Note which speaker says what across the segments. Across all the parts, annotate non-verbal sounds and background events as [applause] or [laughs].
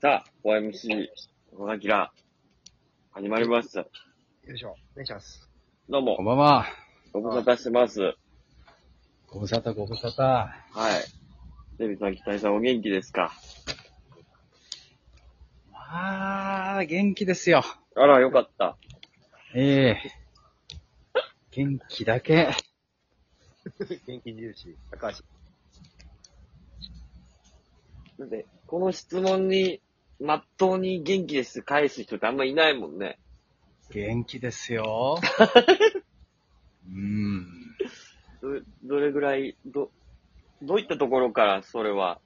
Speaker 1: さあ、OMC、小田ら始まりました。
Speaker 2: よいしょ。お願いします。
Speaker 1: どう
Speaker 3: こん
Speaker 1: も、
Speaker 3: ばんは。
Speaker 1: ご無沙汰してます。は
Speaker 3: ご無沙汰、ご無沙汰。
Speaker 1: い。デビさん、期待さん、お元気ですか
Speaker 3: まあ、元気ですよ。
Speaker 1: あら、よかった。
Speaker 3: ええ元気だけ。
Speaker 2: 元気印、高橋。
Speaker 1: だって、この質問に、まっとうに元気です返す人ってあんまいないもんね。
Speaker 3: 元気ですよ。 [laughs] うん。
Speaker 1: ど、どれぐらい、ど、どういったところから、それは。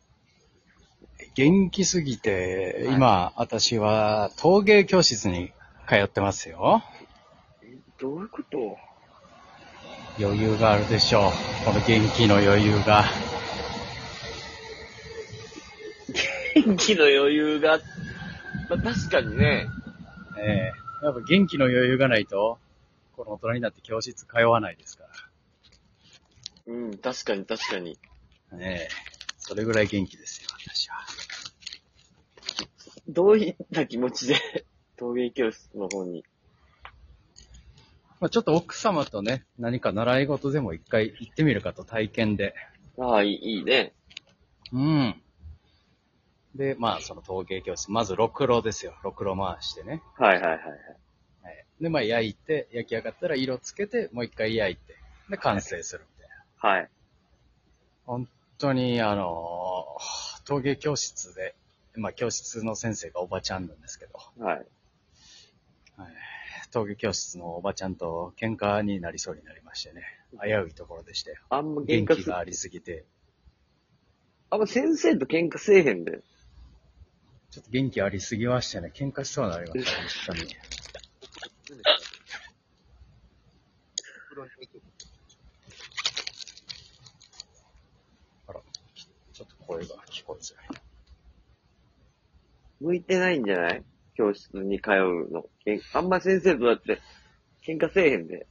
Speaker 3: 元気すぎて、今、私は陶芸教室に通ってますよ。
Speaker 1: どういうこと
Speaker 3: 余裕があるでしょう。この元気の余裕が。
Speaker 1: 元気の余裕が、まあ、確かにね。
Speaker 3: ええやっぱ元気の余裕がないと、この大人になって教室通わないですか
Speaker 1: うん、確かに確かに。
Speaker 3: ら。ええそれぐらい元気ですよ、私は。
Speaker 1: どういった気持ちで、陶芸教室の方に。
Speaker 3: まあ、ちょっと奥様とね、何か習い事でも一回行ってみるかと体験で。
Speaker 1: ああ、いいいいね。
Speaker 3: うん。で、まあ、その陶芸教室。まず、ろくろですよ。ろくろ回してね。
Speaker 1: はいはいはい。
Speaker 3: はい、で、まあ、焼いて、焼き上がったら色つけて、もう一回焼いて、で、完成するみたいな。
Speaker 1: はい。
Speaker 3: 本当に、あのー陶芸教室で、まあ、教室の先生がおばちゃんなんですけど、
Speaker 1: はい。
Speaker 3: 陶芸教室のおばちゃんと喧嘩になりそうになりましてね。危ういところでしたよ。
Speaker 1: あんま喧
Speaker 3: 元
Speaker 1: 嘩
Speaker 3: 気
Speaker 1: す
Speaker 3: がありすぎて、
Speaker 1: あんま先生と喧嘩せえへんで。
Speaker 3: ちょっと元気ありすぎましたね。喧嘩しそうになりました、ね、本当に。
Speaker 2: 何ですかプロに行く
Speaker 3: ちょっと声が聞こえづらい。
Speaker 1: 向いてないんじゃない教室に通うの。けんあんま先生とだって、喧嘩せえへんで。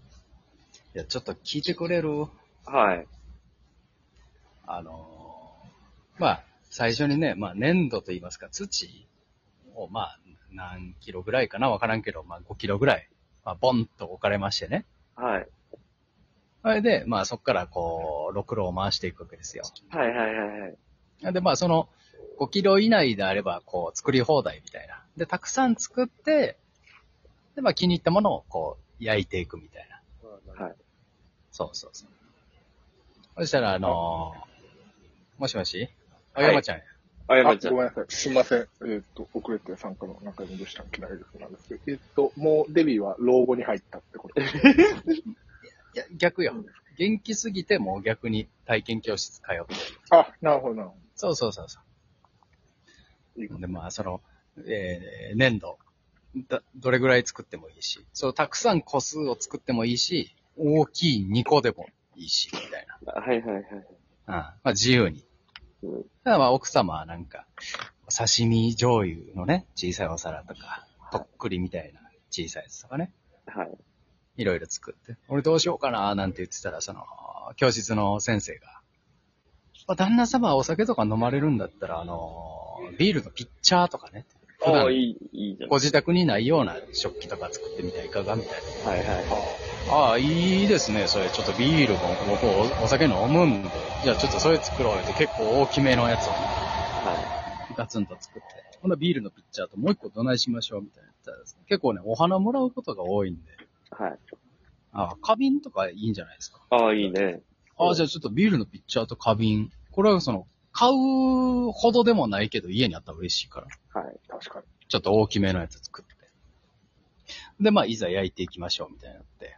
Speaker 3: いや、ちょっと聞いてくれる
Speaker 1: はい。
Speaker 3: あのーまあ、最初にね、まあ、粘土と言いますか、土を、まあ、何キロぐらいかなわからんけど、まあ、5キロぐらい、まあ、ボンと置かれましてね。
Speaker 1: はい。
Speaker 3: それで、まあ、そこから、こう、ろくろを回していくわけですよ。
Speaker 1: はいはいはいはい。
Speaker 3: で、まあ、その、5キロ以内であれば、こう、作り放題みたいな。で、たくさん作って、で、まあ、気に入ったものを、こう、焼いていくみたいな。
Speaker 1: はい
Speaker 3: そうそうそう。そしたら、あのーもしもしあ、
Speaker 1: はい
Speaker 3: 山ちゃんや。
Speaker 1: あや
Speaker 4: あ
Speaker 1: まちゃん。
Speaker 4: ご
Speaker 1: は
Speaker 4: めんなさい。すいません。えっ、と、遅れて参加の中にどうしたんけないですなんですけど。えっ、と、もうデビーは老後に入ったって
Speaker 2: [laughs]
Speaker 4: ことですね。
Speaker 3: いや、逆よ。元気すぎて、もう逆に体験教室通って。
Speaker 4: あ、なるほど、なるほ
Speaker 3: そうそうそうそ
Speaker 4: どいいこと。
Speaker 3: う。で、まあ、その、えー粘土。だ、どれぐらい作ってもいいし、そう、たくさん個数を作ってもいいし、大きい2個でもいいし、みたいな。
Speaker 1: いはいはい。
Speaker 3: うん。まあ、自由
Speaker 1: う
Speaker 3: に。
Speaker 1: ん
Speaker 3: ただまあ、奥様はなんか、刺身醤油のね、小さいお皿とか、とっくりみたいな小さいやつとかね。
Speaker 1: はい。
Speaker 3: いろいろ作って、俺どうしようかななんて言ってたら、その、教室の先生が、まあ、旦那様はお酒とか飲まれるんだったら、あの、ビールのピッチャーとかね、普
Speaker 1: ああ、
Speaker 3: 段
Speaker 1: いい、いいじゃん。
Speaker 3: ご自宅にないような食器とか作ってみたらいかがみたい
Speaker 1: はいはいはい。
Speaker 3: な。ああ、いいですね、それ。ちょっとビールも、僕おお酒飲むんで、じゃあちょっとそれ作ろうよって結構大きめのやつをね、
Speaker 1: は
Speaker 3: ガツンと作って、ほんなビールのピッチャーともう一個どないしましょうみたいな言ったら。結構ね、お花もらうことが多いんで、
Speaker 1: い。はい。
Speaker 3: ああ、花瓶とかいいんじゃないですか。
Speaker 1: ああ、いいね。
Speaker 3: ああ、じゃあちょっとビールのピッチャーと花瓶。これはその、買うほどでもないけど、家にあったら嬉しいから。
Speaker 1: はい。
Speaker 4: 確かに。
Speaker 3: ちょっと大きめのやつ作って。で、まあ、いざ焼いていきましょう、みたいになって。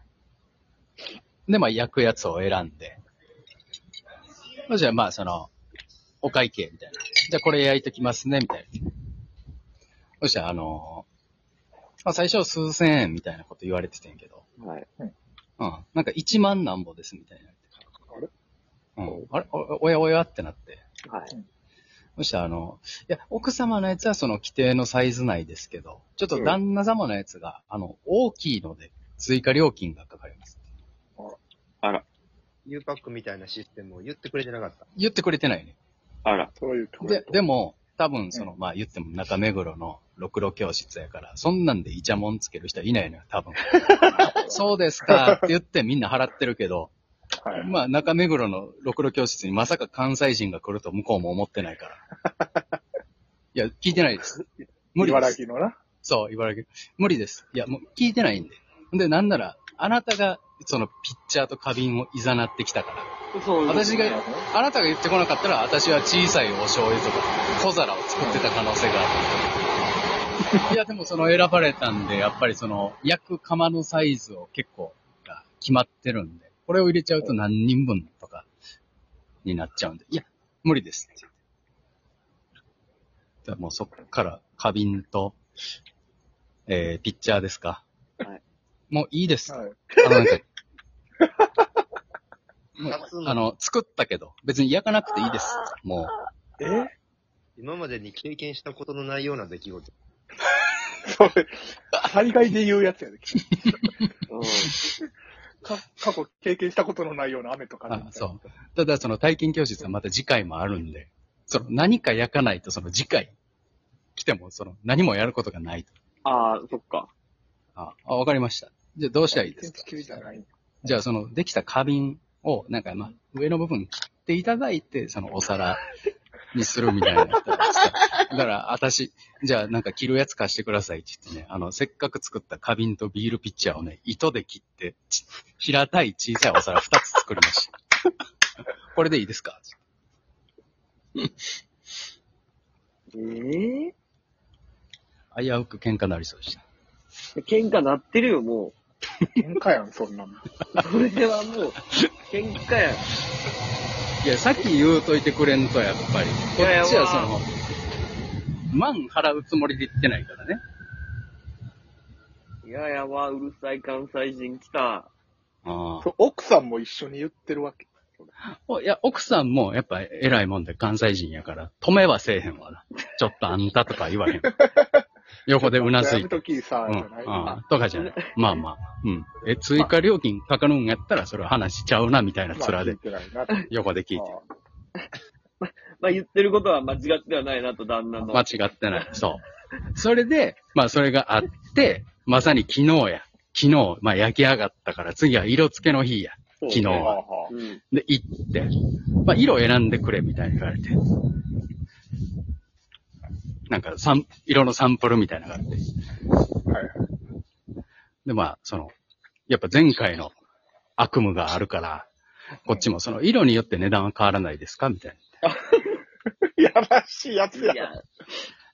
Speaker 3: で、まあ、焼くやつを選んで。そしたら、まあ、その、お会計、みたいな。じゃあ、これ焼いときますね、みたいな。そしたら、あのまあ、最初数千円みたいなこと言われててんけど。
Speaker 1: はい。
Speaker 3: うん。なんか1万なんぼですみたいな。
Speaker 4: あれ
Speaker 3: うん。あれおおやおやってなって。
Speaker 1: はい。
Speaker 3: そしたらあの、いや、奥様のやつはその規定のサイズ内ですけど、ちょっ
Speaker 4: う
Speaker 3: と
Speaker 4: ん
Speaker 3: 旦那様のやつが、あの、大きいので、追加料金がかかります。
Speaker 2: U パックみたいなシステムを言ってくれてなかった。
Speaker 3: 言ってくれてないね。
Speaker 1: あら。
Speaker 4: そういうところ
Speaker 3: で、でも、多分、その、まあ言っても中目黒のろくろ教室やから、そんなんでイチャモンつける人いないのよ、多
Speaker 4: [laughs]
Speaker 3: 分。そうですかって言ってみんな払ってるけど、
Speaker 4: はい。
Speaker 3: まあ中目黒のろくろ教室にまさか関西人が来ると向こうも思ってないから。
Speaker 4: [laughs]
Speaker 3: いや、聞いてないです。無理で
Speaker 4: 茨
Speaker 3: す。
Speaker 4: 城のな。
Speaker 3: そう、茨城。無理です。いや、もう聞いてないんで。で、なんなら、あなたが、その、ピッチャーと花瓶を誘ってきたから。
Speaker 1: そう
Speaker 3: 私が、あなたが言ってこなかったら、私は小さいお醤油とか、小皿を作ってた可能性があ
Speaker 1: [laughs]
Speaker 3: る。いや、でもその選ばれたんで、やっぱりその、焼く釜のサイズを結構、が決まってるんで、これを入れちゃうと何人分とか、になっちゃうんで、いや、無理ですって言って。だからもうそっから、花瓶と、えー、ピッチャーですか。
Speaker 1: はい
Speaker 3: もういいです。
Speaker 4: はい。
Speaker 3: あの、なんか、も
Speaker 2: ガツン
Speaker 3: う、あの、作ったけど、別に焼かなくていいです。も
Speaker 4: え
Speaker 2: 今までに経験したことのないような出来事。
Speaker 4: それ、災害で言うやつや
Speaker 1: う
Speaker 4: で。
Speaker 1: ん。
Speaker 4: か過去経験したことのないような雨と
Speaker 3: う。
Speaker 4: かね
Speaker 3: あそう。ただ、その体験教室はまた次回もあるんで、その、何か焼かないと、その次回来ても、その、何もやることがないと。
Speaker 1: ああ、そっか。
Speaker 3: あ、あわかりました。じゃあどうしたらいいですか
Speaker 4: 天気急じゃない。
Speaker 3: じゃあ、その、できた花瓶を、なんか、まあ、上の部分切っていただいて、その、お皿にするみたいなのやったらさ。だから、私、じゃあ、なんか、着るやつ貸してくださいって言ってね、あの、せっかく作った花瓶とビールピッチャーをね、糸で切って、ち平たい小さいお皿2つ作りました。これでいいですか
Speaker 1: ええ
Speaker 3: 危うく喧嘩なりそうでした。
Speaker 1: 喧嘩なってるよ、も
Speaker 4: 喧嘩やん、そんなん。
Speaker 1: う。それはもう、喧嘩や。
Speaker 3: いや、さっき言うといてくれんと、やっぱり。こ
Speaker 1: やいや
Speaker 3: っちはその、万払うつもりで言ってないからね。
Speaker 1: いややわ、うるさい関西人来た。
Speaker 3: ああ。
Speaker 4: そう奥さんも一緒に言ってるわけ。
Speaker 3: おいや、奥さんもやっぱ偉いもんで関西人やから、止めはせえへんわな。ちょっとあんたとか言
Speaker 4: [laughs]
Speaker 3: わへん。横でうなず
Speaker 4: や
Speaker 3: い
Speaker 4: め
Speaker 3: て。
Speaker 4: ときさ、
Speaker 3: う
Speaker 4: じ
Speaker 3: ん、
Speaker 4: ゃない。
Speaker 3: ああとかじゃない。まあまあ。うん。え、追加料金かかるんやったら、それは話しちゃうな、みたいな
Speaker 4: まあ
Speaker 3: 面
Speaker 4: 聞
Speaker 3: で
Speaker 4: い、てないな。
Speaker 3: 横で聞いて。
Speaker 1: まあ、言ってることは間違ってはないなと、旦那の。
Speaker 3: 間違ってない。そう。それで、まあそれがあって、まさに昨日や。昨日、まあ焼き上がったから、次は色付けの日や。
Speaker 1: そう
Speaker 3: 昨日
Speaker 4: ああ
Speaker 3: は。
Speaker 4: は
Speaker 1: うん。
Speaker 3: で、行って、まあ、色選んでくれみたいに言われて。なんか、サン、色のサンプルみたいなのがあって。
Speaker 4: あはいはい。
Speaker 3: で、まあ、その、やっぱ前回の悪夢があるから、こっちもその色によって値段は変わらないですかみたい
Speaker 4: [laughs]
Speaker 3: な。
Speaker 4: やらしいやつ
Speaker 1: い
Speaker 4: や。
Speaker 1: や、
Speaker 3: い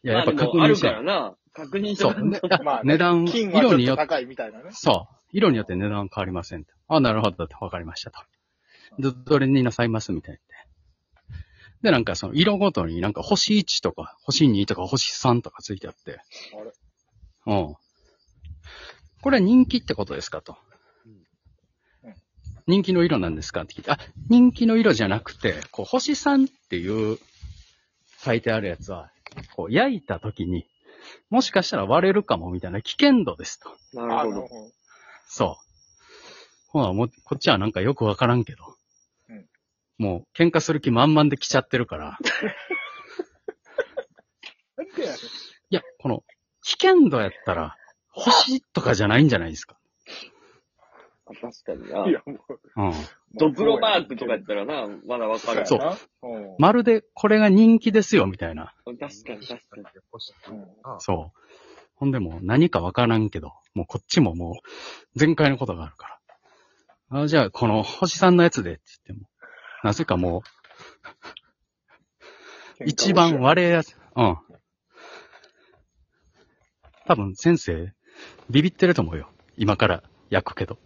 Speaker 3: や、やっぱ
Speaker 1: まあ
Speaker 3: 確
Speaker 1: でもあ
Speaker 3: 認
Speaker 1: る
Speaker 3: し
Speaker 1: か
Speaker 3: ない
Speaker 1: ら。な。確認し
Speaker 3: そ
Speaker 1: と
Speaker 3: う
Speaker 1: か。んと
Speaker 3: ね、いや
Speaker 4: [laughs] まあね
Speaker 3: 値段、
Speaker 4: 金はちょ
Speaker 3: 色に
Speaker 4: っ
Speaker 3: よ
Speaker 4: と
Speaker 3: って、
Speaker 4: 高いみたいなね。
Speaker 3: そう。色によって値段は変わりませんと。あ、なるほど。わかりましたと。ど、どれになさいますみたいな。で、なんかその色ごとになんか星1とか星2とか星3とかついてあって。
Speaker 4: あれ
Speaker 3: うん。これは人気ってことですかと
Speaker 2: うん。
Speaker 3: 人気の色なんですかって聞いて、あ、人気の色じゃなくて、こう、星3っていう書いてあるやつは、こう、焼いた時に、もしかしたら割れるかもみたいな危険度ですと。
Speaker 1: [laughs] な
Speaker 4: あ
Speaker 1: るほど。、
Speaker 4: の
Speaker 3: そう。ほら、もう、こっちはなんかよくわからんけど。
Speaker 4: うん
Speaker 3: もう、喧嘩する気満々で来ちゃってるから。
Speaker 4: なんでやねん
Speaker 3: いや、この、危険度やったら、星とかじゃないんじゃないですか。
Speaker 1: あ確かにな。
Speaker 4: いや、もう。
Speaker 3: うん。
Speaker 1: ドクロマークとかやったらな、まだわかる。
Speaker 3: そう
Speaker 4: やな。うん
Speaker 3: まるで、これが人気ですよ、みたいな。
Speaker 1: 確かに確かに。
Speaker 2: あ
Speaker 3: そう。ほんでもう、何かわからんけど、もうこっちももう、全開のことがあるから。あじゃあ、この、星さんのやつで、って言っても。なぜかもう、一番。割れやす、うん。多分先生、ビビってると思うよ。今から焼くけど。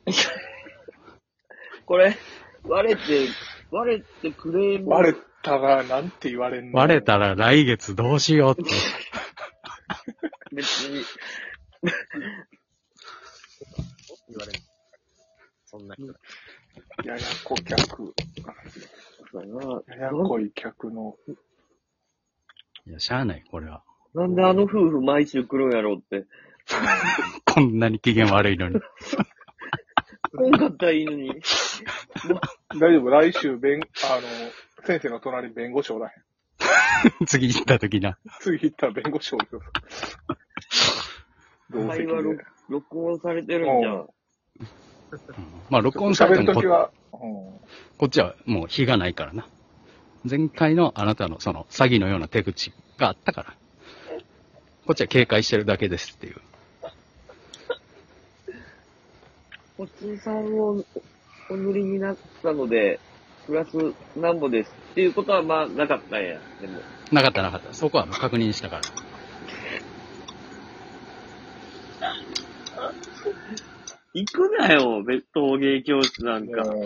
Speaker 1: これ、割れて、割れてクレーム。
Speaker 4: 割れたら、なんて言われんの
Speaker 3: 割れ。たら来月どうしようって。
Speaker 1: 別に。
Speaker 2: 言われる。そんな人。
Speaker 4: ややこ客。
Speaker 1: そうだな
Speaker 4: ややこい客の。
Speaker 3: いや、しゃあない、これは。
Speaker 1: なんであの夫婦毎週来るんやろうって。
Speaker 3: こんなに機嫌悪い [laughs] のに。
Speaker 1: 来んかったらいいのに。
Speaker 4: 大丈夫、来週、弁、あの、先生の隣に弁護士おらへん。
Speaker 3: 次行った時な。
Speaker 4: 次行ったら弁護士おるよ。同席
Speaker 1: 会話
Speaker 4: で。
Speaker 1: 録録音されてるんじゃん。
Speaker 3: うんまあ、録音され
Speaker 4: 喋
Speaker 3: て
Speaker 4: る
Speaker 3: も
Speaker 4: と
Speaker 3: こ
Speaker 4: き、は、うん
Speaker 3: こっちはもう非がないからな。前回のあなたのその詐欺のような手口があったから。こっちは警戒してるだけですっていう。
Speaker 1: おつさんをお塗りになったので、プラスなんぼですっていうことはまあなかったんや。でも、
Speaker 3: なかったなかった。そこはもう確認したから。
Speaker 1: 行くなよ、別陶芸教室なんか。
Speaker 4: うんうん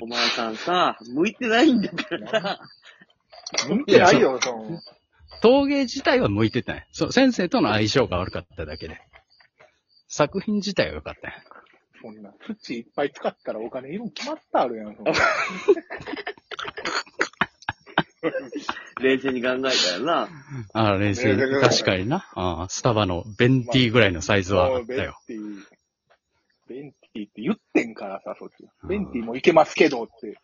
Speaker 1: お前さんさ、向いてないんだからさ。
Speaker 3: [laughs]
Speaker 4: 見てないよ、その。
Speaker 3: 陶芸自体は向いてたんや。そう、先生との相性が悪かっただけで。作品自体は良かったんや。
Speaker 4: そんな、土いっぱい使ったらお金色決まったあるやん、そんな
Speaker 1: 冷静に考えたよな。
Speaker 3: ああ、冷静に。確かにな。ああ、スタバのベンティーぐらいのサイズはあったよ。
Speaker 4: ベンティ、ベンティって言ってんからさ、そっち。ベンティもいけますけどって。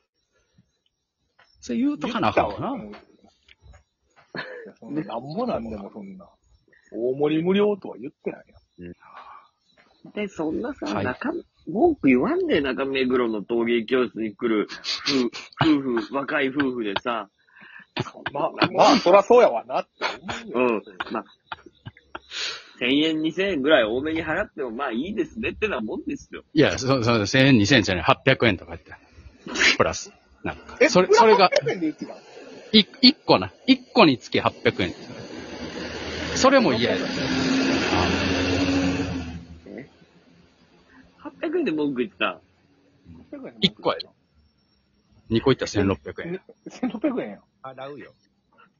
Speaker 3: そう言うとかなあかんわ
Speaker 4: 言
Speaker 3: な。
Speaker 4: ったわそんななんぼなんでもそんな。大盛り無料とは言ってないやん。
Speaker 1: で、そんなさ、
Speaker 3: はい
Speaker 1: 中、文句言わんで、中目黒の陶芸教室に来る夫夫婦、若い夫婦でさ、
Speaker 4: まあ、まあ、そらそうやわなって思
Speaker 1: う
Speaker 4: うよ。
Speaker 1: ん、まあ、1000円、2000円ぐらい多めに払っても、まあいいですねってなもんですよ。
Speaker 3: いや、そう、そう、1000円、2000円じゃない、800円とか言って。プラス。なんか。
Speaker 4: え、
Speaker 3: それ、それが、
Speaker 4: 800円で言ってたの
Speaker 3: い、一個な。一個につき800円。それも嫌や。
Speaker 1: 800円で文句言ってた。
Speaker 4: 800円で
Speaker 3: 一個や。2個いったら1600円。
Speaker 4: 1600円やん。
Speaker 2: 払うよ。